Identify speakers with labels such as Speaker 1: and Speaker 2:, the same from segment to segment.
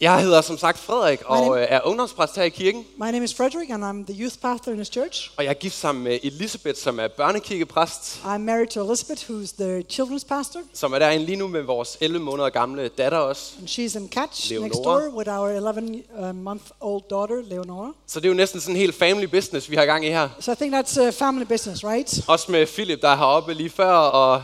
Speaker 1: Jeg hedder som sagt Frederik
Speaker 2: My
Speaker 1: og
Speaker 2: name-
Speaker 1: øh, er ungdomspræst her i kirken,
Speaker 2: My name is Frederick, and I'm the youth pastor in this church.
Speaker 1: og jeg er gift sammen med Elisabeth, som er børnekirkepræst,
Speaker 2: I'm married to Elizabeth, who's the children's pastor,
Speaker 1: som er derinde lige nu med vores 11 måneder gamle datter også.
Speaker 2: and she's in Catch next
Speaker 1: Leonora.
Speaker 2: door with our 11 uh, month old daughter, Leonora.
Speaker 1: Så det er jo næsten sådan en helt family business, vi har gang i her.
Speaker 2: So I think that's uh, family business, right?
Speaker 1: Også med Philip, der er heroppe lige før, og,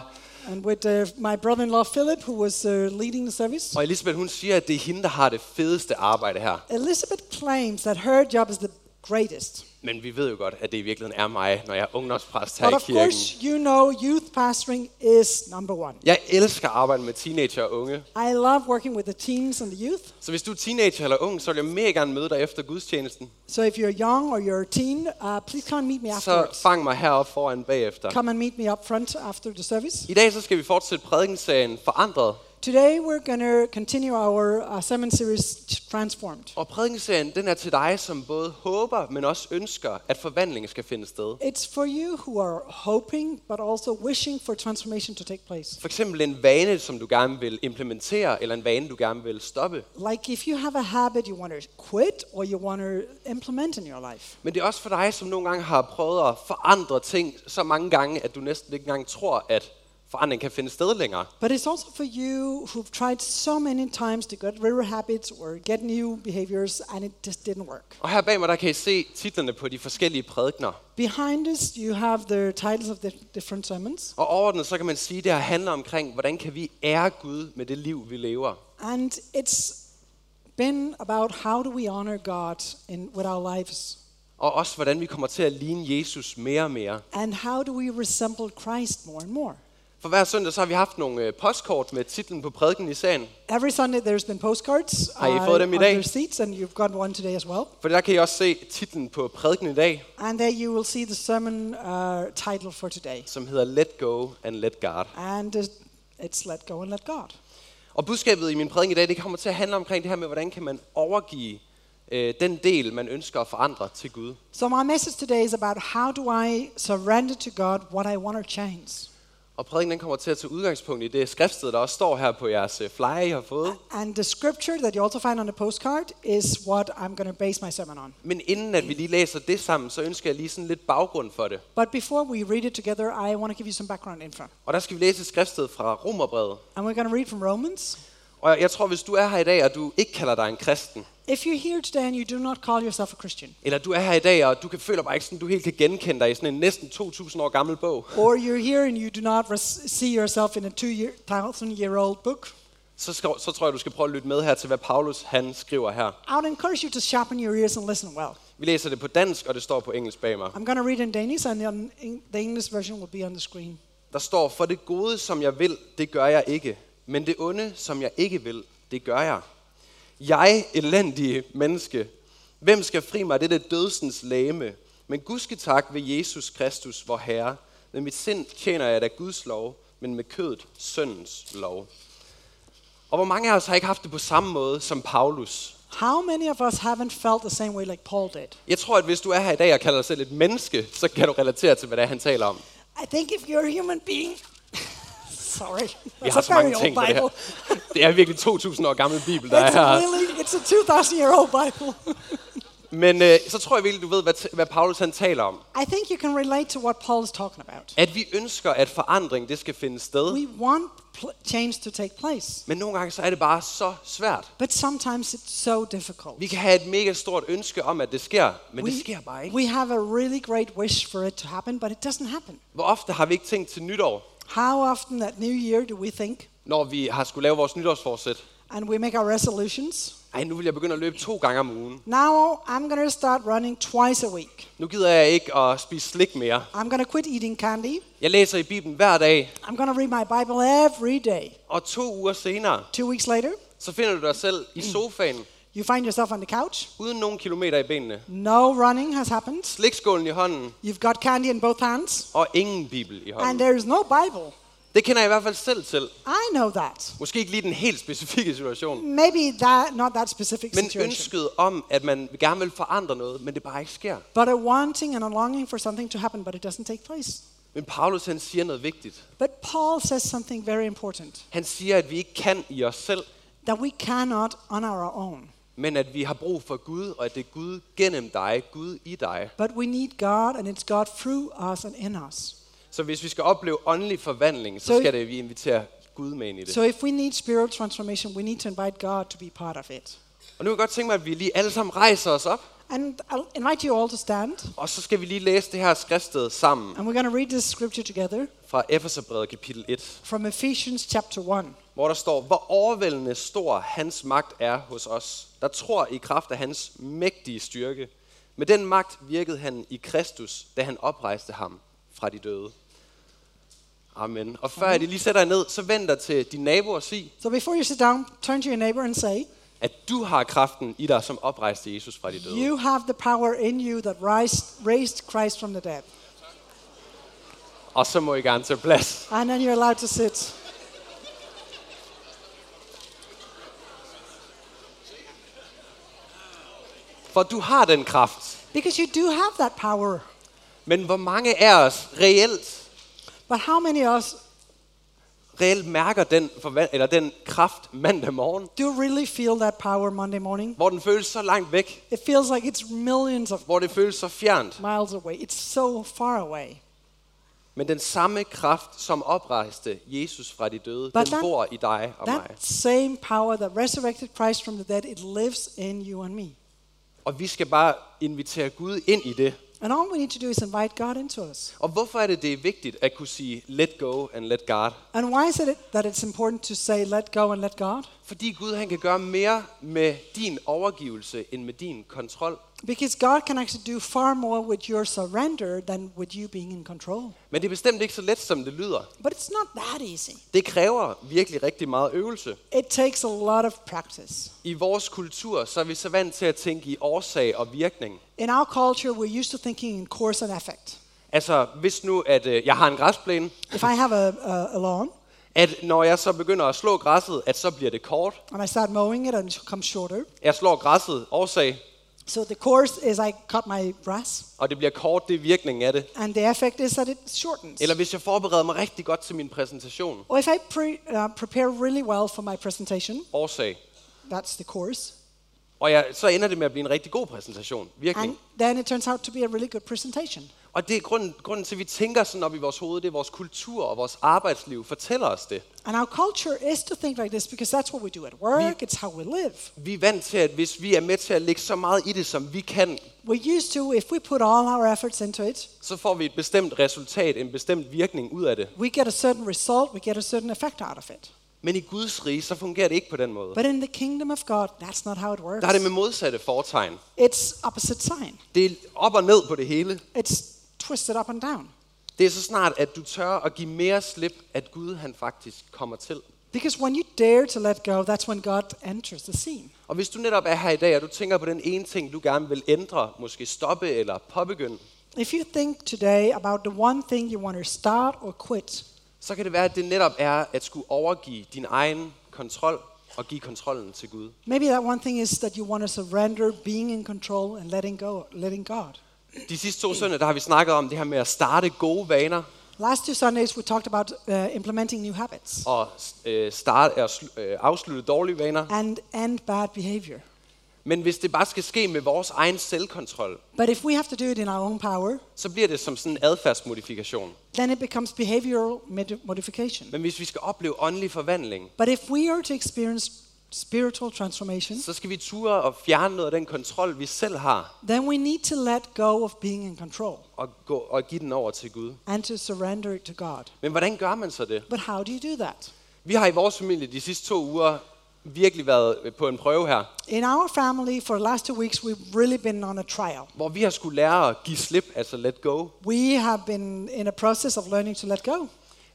Speaker 2: And with uh, my brother in law, Philip, who was uh, leading the service.
Speaker 1: og Elisabeth hun siger, at det er hende, der har det fedeste arbejde her.
Speaker 2: Elizabeth claims that her job is the greatest.
Speaker 1: Men vi ved jo godt, at det i virkeligheden er mig, når jeg er ungdomspræst her
Speaker 2: But
Speaker 1: i
Speaker 2: of
Speaker 1: kirken.
Speaker 2: course, you know, youth pastoring is number one.
Speaker 1: Jeg elsker at arbejde med teenager og unge.
Speaker 2: I love working with the teens and the youth.
Speaker 1: Så hvis du er teenager eller ung, så vil jeg mega gerne møde dig efter gudstjenesten.
Speaker 2: So if you're young or you're a teen, uh, please come and meet me
Speaker 1: Så
Speaker 2: afterwards.
Speaker 1: fang mig heroppe foran bagefter.
Speaker 2: Come and meet me up front after the service.
Speaker 1: I dag så skal vi fortsætte prædikenserien Forandret.
Speaker 2: Today we're going to continue our uh, sermon series Transformed.
Speaker 1: Og prædikenserien den er til dig, som både håber, men også ønsker, at forvandlingen skal finde sted.
Speaker 2: It's for you who are hoping but also wishing for transformation to take place.
Speaker 1: For eksempel en vane, som du gerne vil implementere, eller en vane, du gerne vil stoppe.
Speaker 2: Like if you have a habit you want to quit or you want to implement in your life.
Speaker 1: Men det er også for dig, som nogle gange har prøvet at forandre ting så mange gange, at du næsten ikke engang tror, at forandring kan finde sted længere.
Speaker 2: But it's also for you who've tried so many times to get rid of habits or get new behaviors and it just didn't work.
Speaker 1: Og her bag mig, der kan I se titlerne på de forskellige prædikner.
Speaker 2: Behind us, you have the titles of the different sermons.
Speaker 1: Og overordnet, så kan man sige, at det her handler omkring, hvordan kan vi ære Gud med det liv, vi lever.
Speaker 2: And it's been about how do we honor God in, with our lives
Speaker 1: Og også, hvordan vi kommer til at ligne Jesus mere og mere.
Speaker 2: and how do we resemble Christ more and more.
Speaker 1: For hver søndag, så har vi haft nogle øh, postkort med titlen på prædiken i sagen.
Speaker 2: Every Sunday, there's been postcards uh,
Speaker 1: Har I fået dem i
Speaker 2: on
Speaker 1: dag?
Speaker 2: your seats, and you've got one today as well.
Speaker 1: For der kan I også se titlen på prædiken i dag,
Speaker 2: And there you will see the sermon uh, title for today.
Speaker 1: som hedder Let Go and Let God.
Speaker 2: And uh, it's Let Go and Let God.
Speaker 1: Og budskabet i min prædiken i dag, det kommer til at handle omkring det her med, hvordan kan man overgive øh, den del, man ønsker at forandre til Gud.
Speaker 2: So my message today is about how do I surrender to God what I want to change.
Speaker 1: Og prædiken den kommer til at tage udgangspunkt i det skriftsted, der også står her på jeres øh, flyer, I har fået.
Speaker 2: And the scripture that you also find on the postcard is what I'm going to base my sermon on.
Speaker 1: Men inden at vi lige læser det sammen, så ønsker jeg lige sådan lidt baggrund for det.
Speaker 2: But before we read it together, I want to give you some background info.
Speaker 1: Og der skal vi læse et skriftsted fra Romerbrevet.
Speaker 2: And we're going to read from Romans.
Speaker 1: Og jeg tror, hvis du er her i dag, og du ikke kalder dig en kristen,
Speaker 2: If you're here today and you do not call yourself a Christian,
Speaker 1: eller du er her i dag, og du kan føler bare ikke sådan, du helt kan genkende dig i sådan en næsten 2.000 år gammel bog,
Speaker 2: or you're here and you do not res- see yourself in a 2,000 year old book,
Speaker 1: så, skal, så tror jeg, du skal prøve at lytte med her til, hvad Paulus han skriver her.
Speaker 2: I would encourage you to sharpen your ears and listen well.
Speaker 1: Vi læser det på dansk, og det står på engelsk bag mig.
Speaker 2: I'm going to read in Danish, and then in- the English version will be on the screen.
Speaker 1: Der står, for det gode, som jeg vil, det gør jeg ikke. Men det onde, som jeg ikke vil, det gør jeg. Jeg, elendige menneske, hvem skal fri mig af dette dødsens læme? Men gudske tak ved Jesus Kristus, vor Herre. Med mit sind tjener jeg da Guds lov, men med kødet søndens lov. Og hvor mange af os har ikke haft det på samme måde som Paulus?
Speaker 2: How many of us haven't felt the same way like Paul did?
Speaker 1: Jeg tror, at hvis du er her i dag og kalder dig selv et menneske, så kan du relatere til, hvad det er, han taler om.
Speaker 2: I think if you're a human being, sorry,
Speaker 1: Vi
Speaker 2: that's
Speaker 1: har
Speaker 2: a
Speaker 1: så mange
Speaker 2: very old
Speaker 1: ting på det her.
Speaker 2: Bible.
Speaker 1: Det er virkelig 2.000 år gammel bibel, der er
Speaker 2: It's
Speaker 1: her.
Speaker 2: really, it's a 2,000 year old Bible.
Speaker 1: Men øh, så tror jeg virkelig, du ved, hvad, t- hvad Paulus han taler om.
Speaker 2: I think you can relate to what Paul is talking about.
Speaker 1: At vi ønsker, at forandring det skal finde sted.
Speaker 2: We want pl- change to take place,
Speaker 1: Men nogle gange så er det bare så svært.
Speaker 2: but sometimes it's so difficult.
Speaker 1: Vi kan have et mega stort ønske om, at det sker, men det
Speaker 2: We,
Speaker 1: sker bare ikke.
Speaker 2: we have a really great wish for it to happen, but it doesn't happen.
Speaker 1: Hvor ofte har vi ikke tænkt til nytår,
Speaker 2: How often at New Year do we think
Speaker 1: når vi har skulle lave vores nytårsforsæt?
Speaker 2: and we make our resolutions?
Speaker 1: Ej, nu vil jeg begynde at løbe to gange om ugen.
Speaker 2: Now I'm going to start running twice a week.
Speaker 1: Nu gider jeg ikke at spise slik mere.
Speaker 2: I'm going to quit eating candy.
Speaker 1: Jeg læser i Bibelen hver dag,
Speaker 2: I'm going to read my Bible every day.
Speaker 1: og to uger senere,
Speaker 2: Two weeks later,
Speaker 1: så finder du dig selv
Speaker 2: Mm.
Speaker 1: i sofaen,
Speaker 2: you find yourself on the couch.
Speaker 1: uden nogen kilometer i benene.
Speaker 2: No running has happened.
Speaker 1: Slikskålen i hånden,
Speaker 2: You've got candy in both hands,
Speaker 1: og ingen bibel i
Speaker 2: and
Speaker 1: hånden.
Speaker 2: there is no Bible.
Speaker 1: Det kender jeg i hvert fald selv til.
Speaker 2: I know that.
Speaker 1: Måske ikke lige den helt specifikke situation,
Speaker 2: Maybe that not that specific
Speaker 1: men
Speaker 2: situation,
Speaker 1: ønsket om, at man gerne vil forandre noget, men det bare ikke sker.
Speaker 2: but a wanting and a longing for something to happen, but it doesn't take place.
Speaker 1: Men Paulus han siger noget vigtigt.
Speaker 2: But Paul says something very important
Speaker 1: Han siger, at vi ikke kan i os selv,
Speaker 2: that we cannot on our own.
Speaker 1: men at vi har brug for Gud, og at det er Gud gennem dig, Gud i dig.
Speaker 2: But we need God, and it's God through us and in us.
Speaker 1: Så hvis vi skal opleve åndelig forvandling, så
Speaker 2: Så-
Speaker 1: skal det, vi invitere Gud med ind i det.
Speaker 2: So if we need spiritual transformation, we need to invite God to be part of it.
Speaker 1: Og nu kan jeg godt tænke mig, at vi lige alle sammen rejser os op,
Speaker 2: And I'll invite you all to stand,
Speaker 1: og så skal vi lige læse det her skriftsted sammen
Speaker 2: and we're going to read this scripture together
Speaker 1: fra Efeserbrevet kapitel 1,
Speaker 2: from Ephesians chapter 1.
Speaker 1: hvor der står, hvor overvældende stor hans magt er hos os, der tror i kraft af hans mægtige styrke. Med den magt virkede han i Kristus, da han oprejste ham fra de døde. Amen. Og før I lige sætter jer ned, så vend dig til din nabo og sig,
Speaker 2: So before you sit down, turn to your neighbor and say,
Speaker 1: at du har kraften i dig, som oprejste Jesus fra de døde.
Speaker 2: You have the power in you that rise, raised Christ from the dead.
Speaker 1: Og så må I gerne tage plads.
Speaker 2: And then you're allowed to sit.
Speaker 1: For du har den kraft.
Speaker 2: Because you do have that power.
Speaker 1: Men hvor mange af os reelt,
Speaker 2: But how many of us
Speaker 1: reelt mærker den, forvan- eller den kraft mandag morgen,
Speaker 2: do really feel that power Monday morning?
Speaker 1: hvor den føles så langt væk,
Speaker 2: It feels like it's millions of
Speaker 1: hvor det føles så fjernt.
Speaker 2: miles away. It's so far away.
Speaker 1: Men den samme kraft, som oprejste Jesus fra de døde,
Speaker 2: But
Speaker 1: den
Speaker 2: that-
Speaker 1: bor i dig og mig.
Speaker 2: That same power that resurrected Christ from the dead, it lives in you and me.
Speaker 1: Og vi skal bare invitere Gud ind i det.
Speaker 2: And all we need to do is invite God into us.
Speaker 1: Og hvorfor er det, det er vigtigt at kunne sige, let go and let God?
Speaker 2: And why is it that it's important to say, let go and let God?
Speaker 1: Fordi Gud han kan gøre mere med din overgivelse, end med din kontrol.
Speaker 2: Because God can actually do far more with your surrender than with you being in control.
Speaker 1: Men det er bestemt ikke så let, som det lyder.
Speaker 2: But it's not that easy.
Speaker 1: Det kræver virkelig rigtig meget øvelse.
Speaker 2: It takes a lot of practice.
Speaker 1: I vores kultur, så er vi så vant til at tænke i årsag og virkning.
Speaker 2: In our culture, we're used to thinking in cause and effect.
Speaker 1: Altså, hvis nu, at øh, jeg har en græsplæne,
Speaker 2: If I have a, a, a lawn
Speaker 1: at når jeg så begynder at slå græsset, at så bliver det kort.
Speaker 2: and I start mowing it and it comes shorter,
Speaker 1: Jeg slår græsset, årsag,
Speaker 2: so the course is I cut my grass,
Speaker 1: og det bliver kort, det er virkningen af det.
Speaker 2: and the effect is that it shortens.
Speaker 1: Eller hvis jeg forbereder mig rigtig godt til min præsentation,
Speaker 2: Or if I pre, uh, prepare really well for my presentation,
Speaker 1: årsag,
Speaker 2: that's the course,
Speaker 1: og jeg, så ender det med at blive en rigtig god præsentation, virkning.
Speaker 2: and then it turns out to be a really good presentation.
Speaker 1: Og det er grunden, grunden til, at vi tænker sådan op i vores hoved, det er vores kultur og vores arbejdsliv fortæller os det.
Speaker 2: And our culture is to think like this because that's what we do at work, it's how we live.
Speaker 1: Vi er vant til, at hvis vi er med til at lægge så meget i det, som vi kan,
Speaker 2: We're used to, if we put all our efforts into it,
Speaker 1: så får vi et bestemt resultat, en bestemt virkning ud af det.
Speaker 2: we get a certain result, we get a certain effect out of it.
Speaker 1: Men i Guds rige, så fungerer det ikke på den måde.
Speaker 2: But in the kingdom of God, that's not how it works.
Speaker 1: Der er det med modsatte fortegn.
Speaker 2: It's opposite sign.
Speaker 1: Det er op og ned på det hele.
Speaker 2: It's twisted up and down.
Speaker 1: Det er så snart, at du tør at give mere slip, at Gud han faktisk kommer til.
Speaker 2: Because when you dare to let go, that's when God enters the scene.
Speaker 1: Og hvis du netop er her i dag, og du tænker på den ene ting, du gerne vil ændre, måske stoppe eller påbegynde,
Speaker 2: If you think today about the one thing you want to start or quit,
Speaker 1: så kan det være, at det netop er at skulle overgive din egen kontrol og give kontrollen til Gud.
Speaker 2: maybe that one thing is that you want to surrender being in control and letting go, letting God.
Speaker 1: De sidste to søndage, der har vi snakket om det her med at starte gode vaner,
Speaker 2: Last two Sundays, we talked about uh, implementing new habits
Speaker 1: og øh, starte, og slu- øh, afslutte dårlige vaner.
Speaker 2: and end bad behavior.
Speaker 1: Men hvis det bare skal ske med vores egen selvkontrol,
Speaker 2: But if we have to do it in our own power,
Speaker 1: så bliver det som sådan en adfærdsmodifikation.
Speaker 2: then it becomes behavioral modi- modification.
Speaker 1: Men hvis vi skal opleve åndelig forvandling,
Speaker 2: But if we are to experience spiritual transformation,
Speaker 1: så skal vi ture og fjerne noget af den kontrol, vi selv har,
Speaker 2: then we need to let go of being in control
Speaker 1: og, gå, og give den over til Gud.
Speaker 2: and to surrender it to God.
Speaker 1: Men hvordan gør man så det?
Speaker 2: But how do you do that?
Speaker 1: Vi har i vores familie de sidste to uger virkelig været øh, på en prøve her,
Speaker 2: In our family, for the last two weeks, we've really been on a trial.
Speaker 1: hvor vi har skulle lære at give slip, altså let go.
Speaker 2: We have been in a process of learning to let go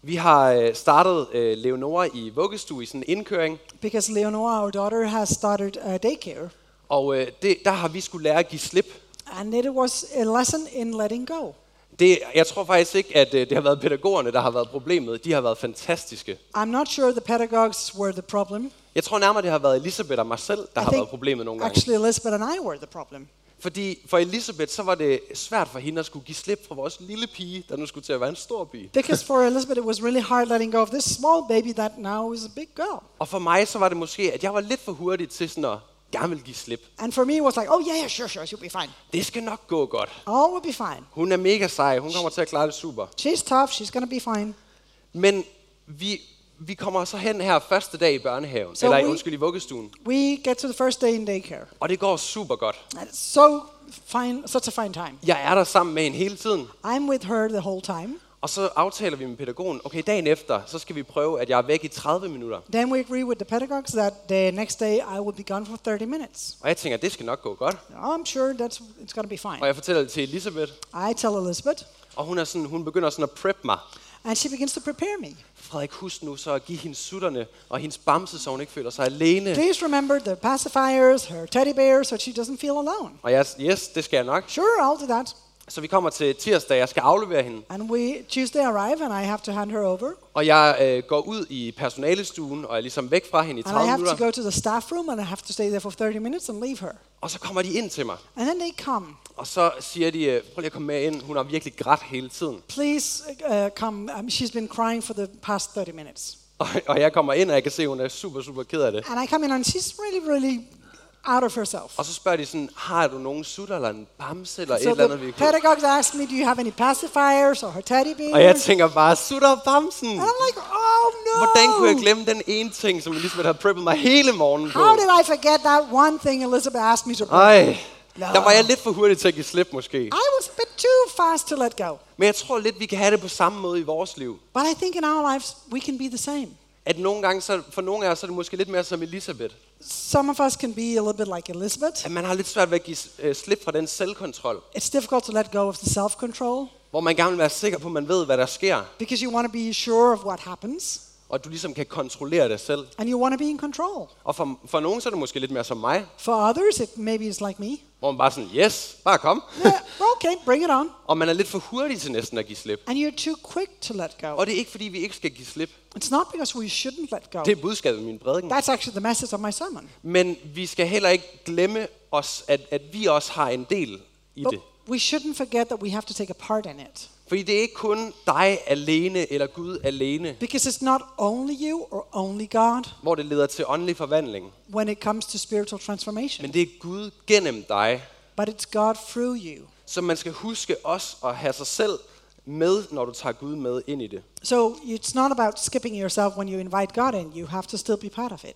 Speaker 1: Vi har øh, startet øh, Leonora i vuggestue i sådan en indkøring,
Speaker 2: because Leonora, our daughter, has started a daycare.
Speaker 1: og øh, det, der har vi skulle lære at give slip.
Speaker 2: And it was a lesson in letting go.
Speaker 1: Det, jeg tror faktisk ikke, at øh, det har været pædagogerne, der har været problemet. De har været fantastiske.
Speaker 2: I'm not sure the pedagogues were the problem.
Speaker 1: Jeg tror nærmere, det har været Elisabeth og mig selv, der
Speaker 2: I
Speaker 1: har været
Speaker 2: think
Speaker 1: problemet nogle gange.
Speaker 2: actually Elizabeth and I were the problem.
Speaker 1: Fordi for Elisabeth, så var det svært for hende at skulle give slip fra vores lille pige, der nu skulle til at være en stor pige.
Speaker 2: Because for Elizabeth, it was really hard letting go of this small baby that now is a big girl.
Speaker 1: Og for mig, så var det måske, at jeg var lidt for hurtig til sådan at gerne ville give slip.
Speaker 2: And for me, it was like, oh, yeah, yeah, sure, sure, she'll be fine.
Speaker 1: Det skal nok gå godt.
Speaker 2: All will be fine.
Speaker 1: Hun er mega sej. Hun kommer til at klare det super.
Speaker 2: She's tough. She's going to be fine.
Speaker 1: Men vi, vi kommer så hen her første dag i børnehaven.
Speaker 2: Så
Speaker 1: eller i,
Speaker 2: vi-
Speaker 1: undskyld, i vuggestuen.
Speaker 2: We get to the first day in daycare.
Speaker 1: Og det går super godt.
Speaker 2: And it's so fine, such a fine time.
Speaker 1: Jeg er der sammen med hende hele tiden.
Speaker 2: I'm with her the whole time.
Speaker 1: Og så aftaler vi med pædagogen, okay, dagen efter, så skal vi prøve, at jeg er væk i 30 minutter.
Speaker 2: Then we agree with the pedagogues that the next day I will be gone for 30 minutes.
Speaker 1: Og jeg tænker, det skal nok gå godt.
Speaker 2: I'm sure that's it's going to be fine.
Speaker 1: Og jeg fortæller det til Elisabeth,
Speaker 2: I tell Elizabeth,
Speaker 1: og hun, er sådan, hun begynder sådan at prep mig.
Speaker 2: and she begins to prepare me.
Speaker 1: Frederik, husk nu så at give hende sutterne og hendes bamse, så hun ikke føler sig alene.
Speaker 2: Please remember the pacifiers, her teddy bear, so she doesn't feel alone.
Speaker 1: Og jeg, yes, det skal jeg nok.
Speaker 2: Sure, I'll do that.
Speaker 1: Så vi kommer til tirsdag, jeg skal aflevere hende.
Speaker 2: And we Tuesday arrive, and I have to hand her over,
Speaker 1: Og jeg øh, går ud i personalestuen, og er ligesom væk fra hende i
Speaker 2: and I
Speaker 1: 30
Speaker 2: have to
Speaker 1: minutter.
Speaker 2: go to the staff room, and I have to stay there for 30 minutes and leave her.
Speaker 1: Og så kommer de ind til mig,
Speaker 2: And then they come.
Speaker 1: og så siger de, øh, prøv lige at komme med ind, hun har virkelig grædt hele tiden.
Speaker 2: Please uh, come. Um, she's been crying for the past 30 minutes.
Speaker 1: Og, og jeg kommer ind, og jeg kan se, at hun er super, super ked af det.
Speaker 2: And I come in and she's really, really out of herself.
Speaker 1: Og så spørger de sådan, har du nogen sutter eller en bamse eller et
Speaker 2: So
Speaker 1: eller andet,
Speaker 2: the
Speaker 1: vi kan...
Speaker 2: pedagogues asked me, do you have any pacifiers or her teddy bear?
Speaker 1: Og jeg tænker bare, sutter og bamsen!
Speaker 2: and I'm like,
Speaker 1: Hvordan kunne
Speaker 2: oh
Speaker 1: jeg
Speaker 2: no.
Speaker 1: glemme den ene ting, som Elisabeth havde preppet mig hele morgenen på?
Speaker 2: How did I forget that one thing Elizabeth asked me to bring?
Speaker 1: Ej,
Speaker 2: Nå.
Speaker 1: der var jeg lidt for hurtig til at give slip måske.
Speaker 2: I was a bit too fast to let go.
Speaker 1: Men jeg tror lidt, vi kan have det på samme måde i vores liv.
Speaker 2: But I think in our lives, we can be the same.
Speaker 1: At nogle gange, så, for nogle af os, så er det måske lidt mere som Elisabeth.
Speaker 2: Some of us can be a little bit like Elizabeth.
Speaker 1: At man har lidt svært ved at give øh, slip fra den selvkontrol,
Speaker 2: It's difficult to let go of the self control
Speaker 1: hvor man gerne vil være sikker på, at man ved, hvad der sker,
Speaker 2: because you want to be sure of what happens
Speaker 1: og at du ligesom kan kontrollere dig selv.
Speaker 2: and you want to be in control.
Speaker 1: Og for, for nogen, så er det måske lidt mere som mig,
Speaker 2: For others, it maybe is like me.
Speaker 1: hvor man bare sådan, yes, bare kom.
Speaker 2: Yeah, okay, bring it on.
Speaker 1: Og man er lidt for hurtig til næsten at give slip.
Speaker 2: And you're too quick to let go.
Speaker 1: Og det er ikke, fordi vi ikke skal give slip.
Speaker 2: It's not because we shouldn't let go.
Speaker 1: Det er budskabet i min prædiken.
Speaker 2: That's actually the message of my sermon.
Speaker 1: Men vi skal heller ikke glemme os, at, at vi også har en del i
Speaker 2: But
Speaker 1: det.
Speaker 2: we shouldn't forget that we have to take a part in it.
Speaker 1: Fordi det er ikke kun dig alene eller Gud alene,
Speaker 2: Because it's not only you or only God
Speaker 1: hvor det leder til åndelig forvandling.
Speaker 2: when it comes to spiritual transformation,
Speaker 1: Men det er Gud gennem dig,
Speaker 2: but it's God through you.
Speaker 1: som man skal huske også at have sig selv med, når du tager Gud med ind i det.
Speaker 2: So it's not about skipping yourself when you invite God in. You have to still be part of it.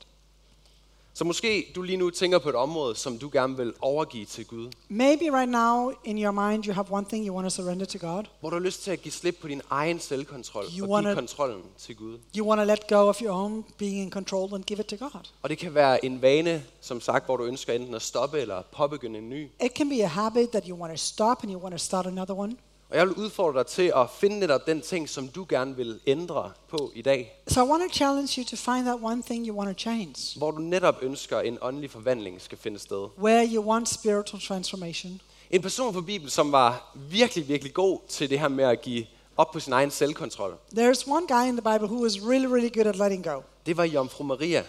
Speaker 1: Så måske du lige nu tænker på et område, som du gerne vil overgive til Gud.
Speaker 2: Maybe right now in your mind you have one thing you want to surrender to God.
Speaker 1: Hvor du har lyst til at give slip på din egen selvkontrol
Speaker 2: You
Speaker 1: og give
Speaker 2: wanna-
Speaker 1: kontrollen til Gud.
Speaker 2: You want to let go of your own being in control and give it to God.
Speaker 1: Og det kan være en vane, som sagt, hvor du ønsker enten at stoppe eller påbegynde en ny.
Speaker 2: It can be a habit that you want to stop and you want to start another one.
Speaker 1: Og jeg vil udfordre dig til at finde netop den ting, som du gerne vil ændre på i dag.
Speaker 2: So I want to challenge you to find that one thing you want to change,
Speaker 1: Hvor du netop ønsker, en åndelig forvandling skal finde sted.
Speaker 2: where you want spiritual transformation.
Speaker 1: En person fra Bibelen, som var virkelig, virkelig god til det her med at give op på sin egen selvkontrol,
Speaker 2: There's one guy in the Bible who was really, really good at letting go.
Speaker 1: det var Jomfru Maria.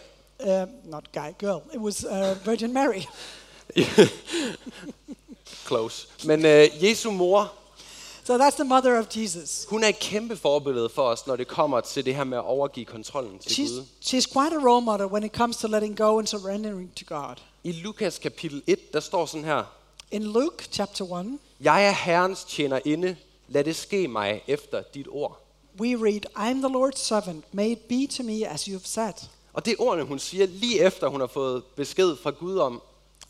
Speaker 2: Uh, not guy, girl. It was uh, Virgin Mary.
Speaker 1: Close. Men øh, Jesu mor,
Speaker 2: So that's the mother of Jesus.
Speaker 1: hun er et kæmpe forbillede for os, når det kommer til det her med at overgive kontrollen til Gud.
Speaker 2: She's, she's quite a role model when it comes to letting go and surrendering to God.
Speaker 1: I Lukas kapitel 1, der står sådan her.
Speaker 2: In Luke chapter 1,
Speaker 1: Jeg er Herrens tjenerinde. Lad det ske mig efter dit ord.
Speaker 2: we read, I am the Lord's servant, may it be to me as you have said.
Speaker 1: Og det er ordene, hun siger lige efter, hun har fået besked fra Gud om,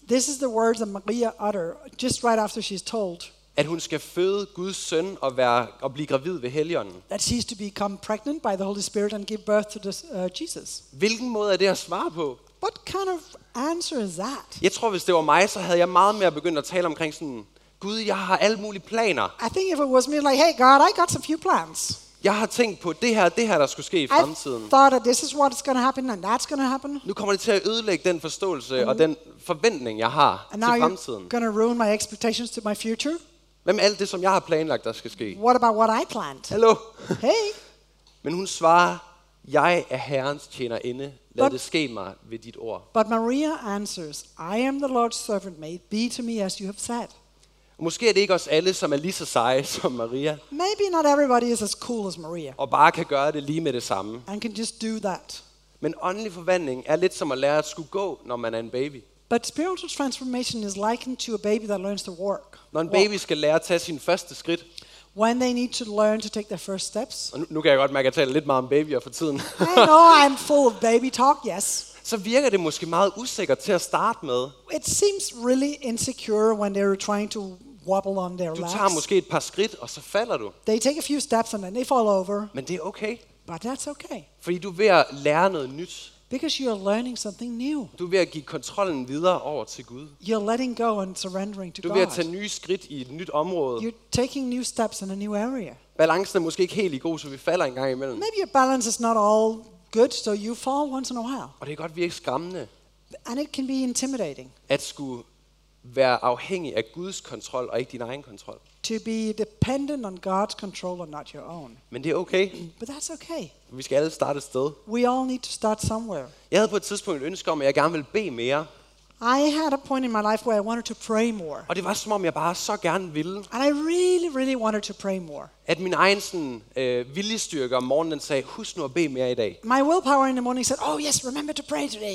Speaker 2: This is the words that Maria utter just right after she's told
Speaker 1: at hun skal føde Guds søn og, være, og blive gravid ved helligånden.
Speaker 2: that she's to become pregnant by the Holy Spirit and give birth to this, uh, Jesus.
Speaker 1: Hvilken måde er det at svare på?
Speaker 2: What kind of answer is that?
Speaker 1: Jeg tror, hvis det var mig, så havde jeg meget mere begyndt at tale omkring sådan, Gud, jeg har alle mulige planer.
Speaker 2: I think if it was me, like, hey, God, I got some few plans.
Speaker 1: Jeg har tænkt på det her og det her, der skulle ske i
Speaker 2: I
Speaker 1: fremtiden.
Speaker 2: thought that this is what's going to happen and that's going to happen.
Speaker 1: Nu kommer det til at ødelægge den forståelse og den forventning, jeg har
Speaker 2: And
Speaker 1: til
Speaker 2: now you're
Speaker 1: fremtiden.
Speaker 2: going to ruin my expectations to my future.
Speaker 1: Hvad med alt det, som jeg har planlagt, der skal ske?
Speaker 2: What about what I planned?
Speaker 1: Hallo?
Speaker 2: hey,
Speaker 1: Men hun svarer, Jeg er Herrens tjenerinde. Lad
Speaker 2: But-
Speaker 1: det ske mig ved dit ord.
Speaker 2: But Maria answers, I am the Lord's servant maid, be to me as you have said.
Speaker 1: Og måske er det ikke os alle, som er lige så seje som Maria,
Speaker 2: Maybe not everybody is as cool as Maria
Speaker 1: og bare kan gøre det lige med det samme.
Speaker 2: and can just do that.
Speaker 1: Men åndelig forvandling er lidt som at lære at skulle gå, når man er en baby.
Speaker 2: But spiritual transformation is likened to a baby that learns to walk.
Speaker 1: Når en
Speaker 2: walk.
Speaker 1: baby skal lære at tage sine første skridt,
Speaker 2: When they need to learn to take their first steps.
Speaker 1: og nu, nu kan jeg godt mærke, at jeg taler lidt meget om babyer for tiden,
Speaker 2: I know I'm full of baby talk, yes.
Speaker 1: så virker det måske meget usikkert til at starte med.
Speaker 2: It seems really insecure when they're trying to wobble on their
Speaker 1: Du tager
Speaker 2: laps.
Speaker 1: måske et par skridt, og så falder du.
Speaker 2: They take a few steps and then they fall over,
Speaker 1: Men det er okay,
Speaker 2: but that's okay
Speaker 1: fordi du er ved at lære noget nyt.
Speaker 2: because you're learning something new.
Speaker 1: Du er ved at give kontrollen videre over til Gud.
Speaker 2: You're letting go and surrendering to
Speaker 1: Du er ved at tage
Speaker 2: God.
Speaker 1: nye skridt i et nyt område.
Speaker 2: You're taking new steps in a new area.
Speaker 1: Balancen er måske ikke helt i god, så vi falder en gang imellem.
Speaker 2: Maybe your balance is not all good, so you fall once in a while.
Speaker 1: Og det kan godt virke skræmmende
Speaker 2: And it can be intimidating
Speaker 1: at skulle være afhængig af Guds kontrol og ikke din egen kontrol.
Speaker 2: to be dependent on God's control and not your own.
Speaker 1: Men det er okay.
Speaker 2: But that's okay.
Speaker 1: Vi skal alle starte et sted.
Speaker 2: We all need to start somewhere.
Speaker 1: Jeg havde på et tidspunkt et ønske om, at jeg gerne ville bede mere.
Speaker 2: I had a point in my life where I wanted to pray more.
Speaker 1: Og det var som om, jeg bare så gerne ville,
Speaker 2: And I really, really wanted to pray more.
Speaker 1: at min egen sådan, øh, viljestyrke om morgenen den sagde, husk nu at bede mere i dag.
Speaker 2: My willpower in the morning said, Oh, yes, remember to pray today.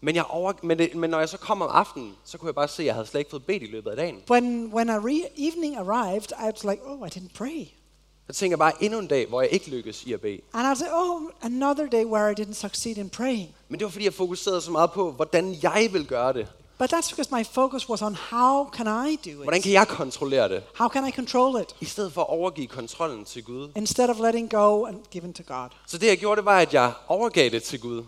Speaker 1: Men, jeg over, men, det, men når jeg så kom om aftenen, så kunne jeg bare se, at jeg havde slet ikke fået bedt i løbet af dagen.
Speaker 2: When, when a re- evening arrived, I was like, Oh, I didn't pray.
Speaker 1: Så tænker jeg bare endnu en dag, hvor jeg ikke lykkes i at bede.
Speaker 2: And I was like, Oh, another day where I didn't succeed in praying.
Speaker 1: Men det var fordi, jeg fokuserede så meget på, hvordan jeg vil gøre det.
Speaker 2: But that's because my focus was on how can I do
Speaker 1: Hvordan
Speaker 2: it?
Speaker 1: kan jeg kontrollere det?
Speaker 2: How can I control it?
Speaker 1: I stedet for at overgive kontrollen til Gud.
Speaker 2: Instead of letting go and giving to God.
Speaker 1: Så det jeg gjorde, det var, at jeg overgav det til Gud.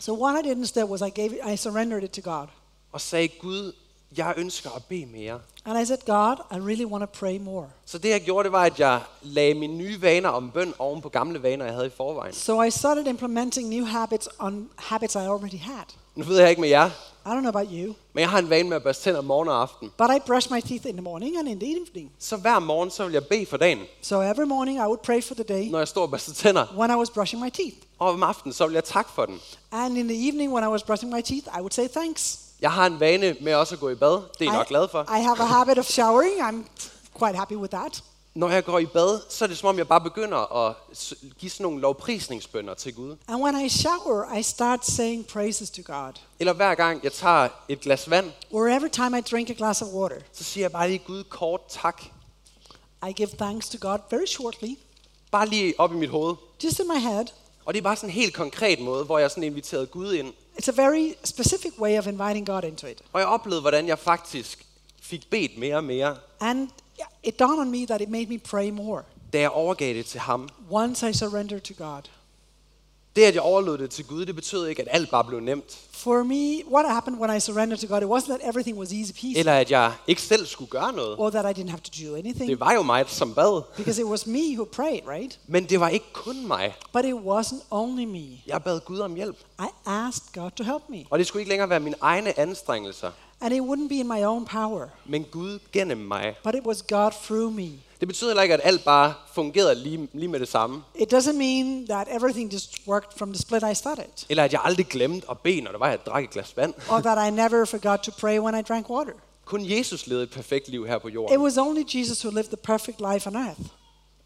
Speaker 2: So what I did instead was I gave it, I surrendered it to God.
Speaker 1: Og sagde, Gud, jeg ønsker at bede mere.
Speaker 2: And I said, God, I really want to pray more.
Speaker 1: Så det jeg gjorde, det var, at jeg lagde mine nye vaner om bøn oven på gamle vaner, jeg havde i forvejen.
Speaker 2: So I started implementing new habits on habits I already had.
Speaker 1: Nu ved jeg ikke med jer,
Speaker 2: I don't know about you,
Speaker 1: men jeg har en vane med at børste tænder morgen og aften.
Speaker 2: but I brush my teeth in the morning and in the evening.
Speaker 1: Så hver morgen, så vil jeg bede for dagen,
Speaker 2: So every morning I would pray for the day
Speaker 1: når jeg står og børster tænder.
Speaker 2: when I was brushing my teeth.
Speaker 1: Og om aftenen, så vil jeg takke for den.
Speaker 2: And in the evening when I was brushing my teeth, I would say thanks.
Speaker 1: Jeg har en vane med også at gå i bad. Det er I nok glad for.
Speaker 2: I have a habit of showering. I'm quite happy with that.
Speaker 1: Når jeg går i bad, så er det som om, jeg bare begynder at s- give sådan nogle lovprisningsbønder til Gud.
Speaker 2: And when I shower, I start saying praises to God.
Speaker 1: Eller hver gang, jeg tager et glas vand,
Speaker 2: Or every time I drink a glass of water,
Speaker 1: så siger jeg bare lige Gud kort tak.
Speaker 2: I give thanks to God very shortly,
Speaker 1: Bare lige op i mit hoved.
Speaker 2: just in my head.
Speaker 1: Og det er bare sådan en helt konkret måde, hvor jeg sådan inviterede Gud ind.
Speaker 2: It's a very specific way of inviting God into it.
Speaker 1: Og jeg oplevede, hvordan jeg faktisk fik bedt mere og mere,
Speaker 2: And it dawned on me that it made me pray more
Speaker 1: da jeg overgav det til ham.
Speaker 2: once I surrendered to God.
Speaker 1: Det, at jeg overlod det til Gud, det betød ikke, at alt bare blev nemt.
Speaker 2: For me, what happened when I surrendered to God, it wasn't that everything was easy peasy
Speaker 1: Eller at jeg ikke selv skulle gøre noget.
Speaker 2: or that I didn't have to do anything
Speaker 1: Det var jo mig, som bad.
Speaker 2: because it was me who prayed, right?
Speaker 1: Men det var ikke kun mig.
Speaker 2: But it wasn't only me.
Speaker 1: Jeg bad Gud om hjælp.
Speaker 2: I asked God to help me.
Speaker 1: Og det skulle ikke længere være mine egne anstrengelser,
Speaker 2: And it wouldn't be in my own power,
Speaker 1: men Gud gennem mig.
Speaker 2: but it was God through me.
Speaker 1: Det betyder heller ikke, at alt bare fungerede lige, lige med det samme.
Speaker 2: It doesn't mean that everything just worked from the split I started
Speaker 1: Eller at jeg aldrig glemte at bede, når det var, at jeg drak et glas vand.
Speaker 2: or that I never forgot to pray when I drank water.
Speaker 1: Kun Jesus levede et perfekt liv her på
Speaker 2: It
Speaker 1: jorden.
Speaker 2: was only Jesus who lived the perfect life on earth.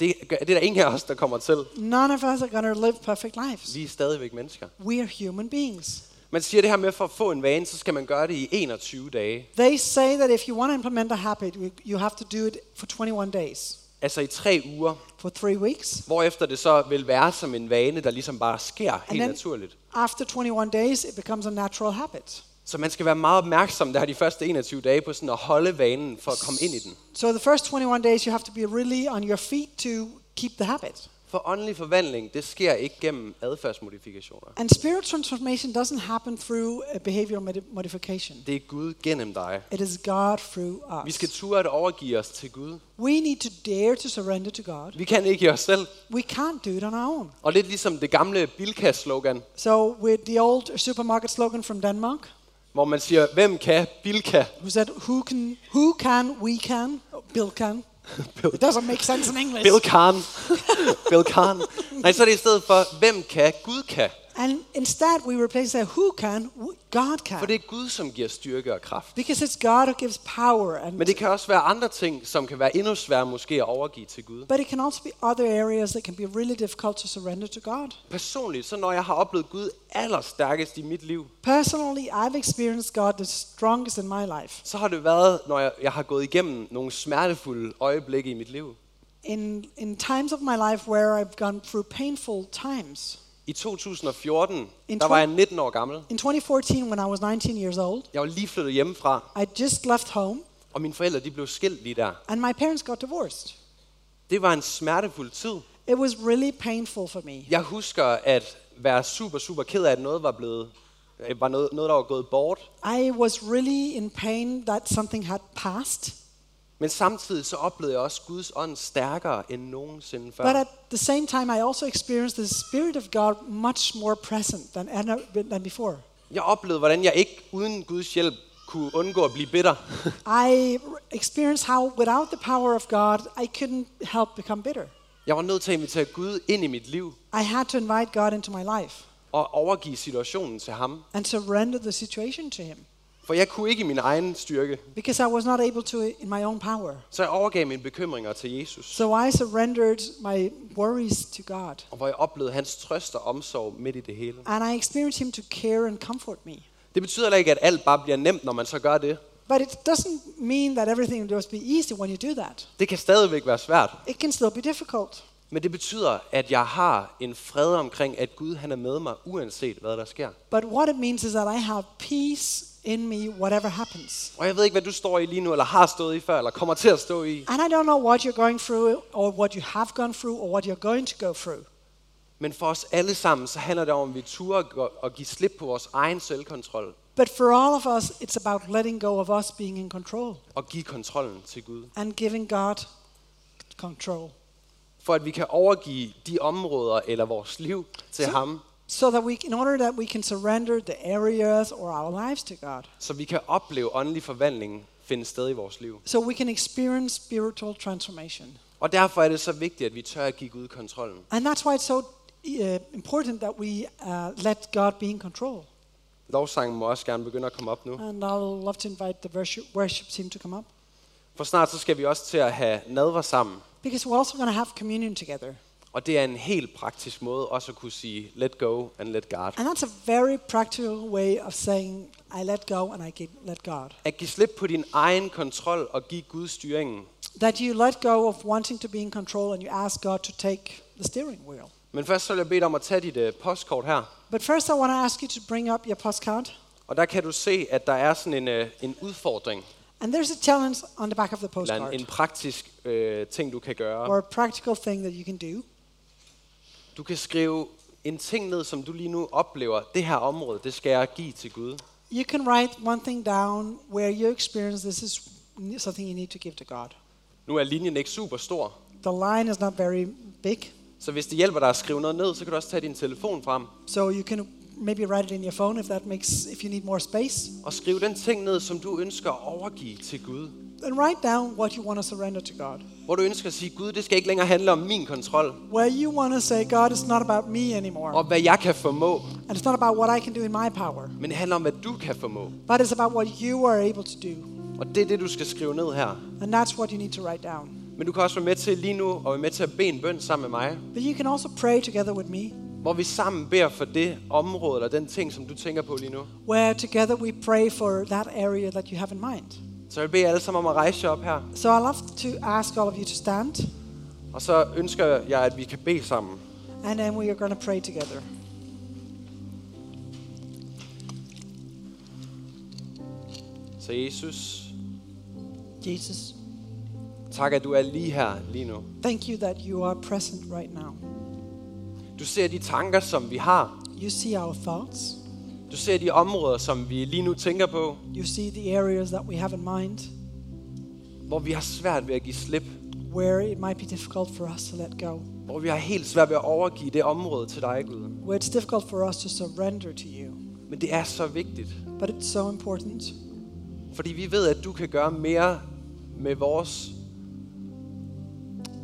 Speaker 1: Det, gør- det er der ingen af os, der kommer til.
Speaker 2: None of us are going to live perfect lives.
Speaker 1: Vi er stadigvæk mennesker.
Speaker 2: We are human beings.
Speaker 1: Man siger det her med, for at få en vane, så skal man gøre det i 21 dage.
Speaker 2: They say that if you want to implement a habit, you- you have to do it for 21 days,
Speaker 1: Altså i tre uger,
Speaker 2: for three weeks.
Speaker 1: hvorefter det så vil være som en vane, der ligesom bare sker helt
Speaker 2: then-
Speaker 1: naturligt.
Speaker 2: After 21 days, it becomes a natural habit.
Speaker 1: Så man skal være meget opmærksom der de første 21 dage på sådan at holde vanen for at komme ind i den.
Speaker 2: So the first 21 days, you have to be really on your feet to keep the habit.
Speaker 1: For åndelig forvandling, det sker ikke gennem adfærdsmodifikationer.
Speaker 2: And spiritual transformation doesn't happen through a behavioral modi- modification.
Speaker 1: Det er Gud gennem dig.
Speaker 2: It is God through
Speaker 1: Vi skal
Speaker 2: us.
Speaker 1: turde at overgive os til Gud.
Speaker 2: We need to dare to surrender to God.
Speaker 1: Vi kan ikke i os selv.
Speaker 2: We can't do it on our own.
Speaker 1: Og lidt ligesom det gamle Bilka-slogan,
Speaker 2: So, with the old supermarket slogan from Denmark,
Speaker 1: hvor man siger, hvem kan Bilka?
Speaker 2: who said, "Who can? Who can? We can. Bill can." It doesn't make sense in English.
Speaker 1: Bill Kahn. Bill Kahn. Nej, så er det i stedet for, hvem kan? Gud kan.
Speaker 2: And instead, we replace that who can, with God
Speaker 1: For
Speaker 2: can.
Speaker 1: det er Gud, som giver styrke og kraft.
Speaker 2: Because it's God who gives power. And,
Speaker 1: Men det kan også være andre ting, som kan være endnu sværere måske at overgive til Gud.
Speaker 2: but it can also be other areas that can be really difficult to surrender to God.
Speaker 1: Personligt, så når jeg har oplevet Gud allerstærkest i mit liv,
Speaker 2: Personally, I've experienced God the strongest in my life.
Speaker 1: så har det været, når jeg, jeg har gået igennem nogle smertefulde øjeblikke i mit liv.
Speaker 2: In, in times of my life where I've gone through painful times.
Speaker 1: I 2014,
Speaker 2: En
Speaker 1: der
Speaker 2: to-
Speaker 1: var jeg 19 år gammel.
Speaker 2: In 2014, when I was 19 years old,
Speaker 1: Jeg var lige flyttet hjemmefra,
Speaker 2: I just left home
Speaker 1: og mine forældre de blev skilt lige der.
Speaker 2: and my parents got divorced.
Speaker 1: Det var en smertefuld tid.
Speaker 2: It was really painful for me.
Speaker 1: Jeg husker at være super, super ked af, at noget var blevet øh, var noget, noget, der var gået bort.
Speaker 2: I was really in pain that something had passed,
Speaker 1: Men samtidig så oplevede jeg også Guds ånd stærkere end nogensinde før.
Speaker 2: but at the same time, I also experienced the Spirit of God much more present than, ever- than before.
Speaker 1: Jeg oplevede, hvordan jeg ikke uden Guds hjælp kunne undgå at blive bitter.
Speaker 2: I experienced how, without the power of God, I couldn't help become bitter.
Speaker 1: Jeg var nødt til at invitere Gud ind i mit liv
Speaker 2: I had to invite God into my life
Speaker 1: og overgive situationen til ham.
Speaker 2: and surrender the situation to Him
Speaker 1: For jeg kunne ikke i min egen styrke,
Speaker 2: because I was not able to in my own power.
Speaker 1: så jeg overgav mine bekymringer til Jesus.
Speaker 2: So I surrendered my worries to God
Speaker 1: Og hvor jeg oplevede hans trøst og omsorg midt i det hele.
Speaker 2: and I experienced Him to care and comfort me.
Speaker 1: Det betyder heller ikke, at alt bare bliver nemt, når man så gør det.
Speaker 2: But it doesn't mean that everything will just be easy when you do that.
Speaker 1: Det kan stadigvæk være svært.
Speaker 2: It can still be difficult.
Speaker 1: Men det betyder, at jeg har en fred omkring, at Gud han er med mig, uanset hvad der sker.
Speaker 2: But what it means is that I have peace in me, whatever happens.
Speaker 1: Og jeg ved ikke, hvad du står i lige nu, eller har stået i før, eller kommer til at stå i.
Speaker 2: And I don't know what you're going through, or what you have gone through, or what you're going to go through.
Speaker 1: Men for os alle sammen, så handler det om, at vi turer at gå- at give slip på vores egen selvkontrol,
Speaker 2: But for all of us, it's about letting go of us being in control
Speaker 1: og give kontrollen til Gud.
Speaker 2: and giving God control
Speaker 1: For at vi kan overgive de områder eller vores liv til
Speaker 2: Så-
Speaker 1: ham,
Speaker 2: so that we, in order that we can surrender the areas or our lives to God,
Speaker 1: så vi kan opleve åndelig forvandling finde sted i vores liv.
Speaker 2: so we can experience spiritual transformation.
Speaker 1: Og derfor er det så vigtigt, at vi tør at give Gud kontrollen.
Speaker 2: And that's why it's so uh, important that we uh, let God be in control.
Speaker 1: Lovsangen må også gerne begynde at komme op nu.
Speaker 2: And I'll love to invite the worship, worship team to come up
Speaker 1: For snart så skal vi også til at have nadver sammen.
Speaker 2: because we're also going to have communion together.
Speaker 1: Og det er en helt praktisk måde også at kunne sige, let go and let God.
Speaker 2: And that's a very practical way of saying, I let go and I give, let God.
Speaker 1: At give slip på din egen kontrol og give Gud styringen.
Speaker 2: That you let go of wanting to be in control and you ask God to take the steering wheel.
Speaker 1: Men først så vil jeg bede dig om at tage dit øh, postkort her.
Speaker 2: But first, I want to ask you to bring up your postcard.
Speaker 1: Og der kan du se, at der er sådan en, øh, en udfordring,
Speaker 2: And there's a challenge on the back of the
Speaker 1: eller en,
Speaker 2: postcard
Speaker 1: en praktisk øh, ting, du kan gøre.
Speaker 2: or a practical thing that you can do.
Speaker 1: Du kan skrive en ting ned, som du lige nu oplever. Det her område, det skal jeg give til Gud.
Speaker 2: You can write one thing down where you experience this is something you need to give to God.
Speaker 1: Nu er linjen ikke super stor,
Speaker 2: The line is not very big,
Speaker 1: så hvis det hjælper dig at skrive noget ned, så kan du også tage din telefon frem
Speaker 2: so you can maybe write it in your phone if that makes if you need more space.
Speaker 1: og skrive den ting ned, som du ønsker at overgive til Gud.
Speaker 2: And write down what you want to surrender to God.
Speaker 1: Hvor du ønsker at sige, Gud, det skal ikke længere handle om min kontrol,
Speaker 2: Where you want to say God it's not about me anymore
Speaker 1: og hvad jeg kan formå,
Speaker 2: and it's not about what I can do in my power,
Speaker 1: men det handler om, hvad du kan formå.
Speaker 2: but it's about what you are able to do.
Speaker 1: Og det er det, du skal skrive ned her.
Speaker 2: And that's what you need to write down.
Speaker 1: Men du kan også være med til lige nu, og være med til at bede en bøn sammen med mig,
Speaker 2: But you can also pray together with me
Speaker 1: hvor vi sammen beder for det område, eller den ting, som du tænker på lige nu.
Speaker 2: where together we pray for that area that you have in mind.
Speaker 1: Så jeg vil bede alle sammen om at rejse jer op her,
Speaker 2: So I'd love to ask all of you to stand,
Speaker 1: og så ønsker jeg, at vi kan bede sammen.
Speaker 2: and then we are going to pray together.
Speaker 1: Så Jesus,
Speaker 2: Jesus,
Speaker 1: tak, at du er lige her lige nu.
Speaker 2: thank you that you are present right now.
Speaker 1: Du ser de tanker, som vi har.
Speaker 2: You see our thoughts,
Speaker 1: Du ser de områder, som vi lige nu tænker på,
Speaker 2: you see the areas that we have in mind
Speaker 1: hvor vi har svært ved at give slip.
Speaker 2: where it might be difficult for us to let go,
Speaker 1: Hvor vi har helt svært ved at overgive det område til dig, Gud.
Speaker 2: where it's difficult for us to surrender to you.
Speaker 1: Men det er så vigtigt,
Speaker 2: But it's so important
Speaker 1: fordi vi ved, at du kan gøre mere med vores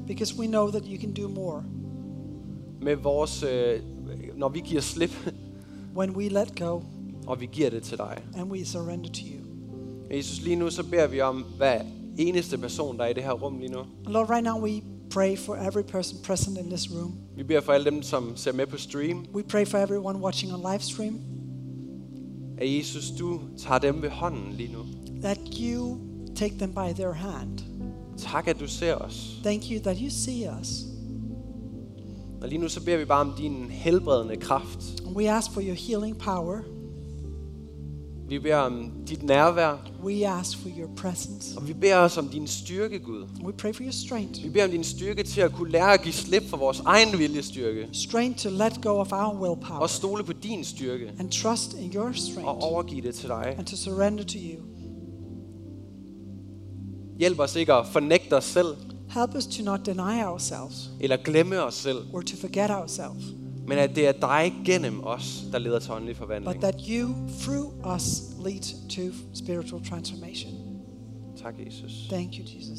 Speaker 2: because we know that you can do more
Speaker 1: med vores, øh, når vi giver slip,
Speaker 2: when we let go
Speaker 1: og vi giver det til dig.
Speaker 2: and we surrender to you.
Speaker 1: Jesus, lige nu så beder vi om hver eneste person, der er i det her rum lige nu.
Speaker 2: Lord, right now we pray for every person present in this room.
Speaker 1: Vi beder for alle dem, som ser med på stream,
Speaker 2: We pray for everyone watching on live stream
Speaker 1: at Jesus, du tager dem ved hånden lige nu.
Speaker 2: that you take them by their hand.
Speaker 1: Tak, at du ser os.
Speaker 2: Thank you that you see us.
Speaker 1: Og lige nu så beder vi bare om din helbredende kraft.
Speaker 2: And we ask for your healing power.
Speaker 1: Vi beder om dit nærvær,
Speaker 2: We ask for your presence.
Speaker 1: og vi beder os om din styrke, Gud.
Speaker 2: We pray for your strength.
Speaker 1: Vi beder om din styrke til at kunne lære at give slip for vores egen viljestyrke,
Speaker 2: Strength to let go of our willpower
Speaker 1: og stole på din styrke,
Speaker 2: and trust in your
Speaker 1: og
Speaker 2: strength
Speaker 1: overgive det til dig.
Speaker 2: and to surrender to you.
Speaker 1: Hjælp os ikke at fornægte os selv,
Speaker 2: Help us to not deny ourselves
Speaker 1: eller glemme os selv,
Speaker 2: or to forget ourselves,
Speaker 1: men at det er dig gennem os, der leder til åndelig
Speaker 2: but
Speaker 1: forvandling.
Speaker 2: that you, through us, lead to spiritual transformation.
Speaker 1: Tak, Jesus.
Speaker 2: Thank you, Jesus.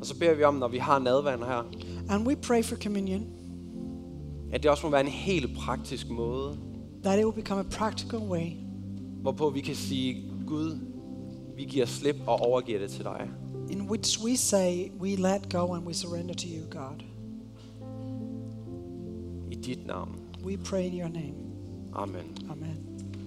Speaker 1: Og så beder vi om, når vi har nadvand her,
Speaker 2: And we pray for communion
Speaker 1: at det også må være en helt praktisk måde,
Speaker 2: that it will become a practical way
Speaker 1: hvorpå vi kan sige, Gud, vi giver slip og overgiver det til dig.
Speaker 2: in which we say, We let go and we surrender to you, God.
Speaker 1: I dit navn.
Speaker 2: We pray in your name.
Speaker 1: Amen.
Speaker 2: Amen.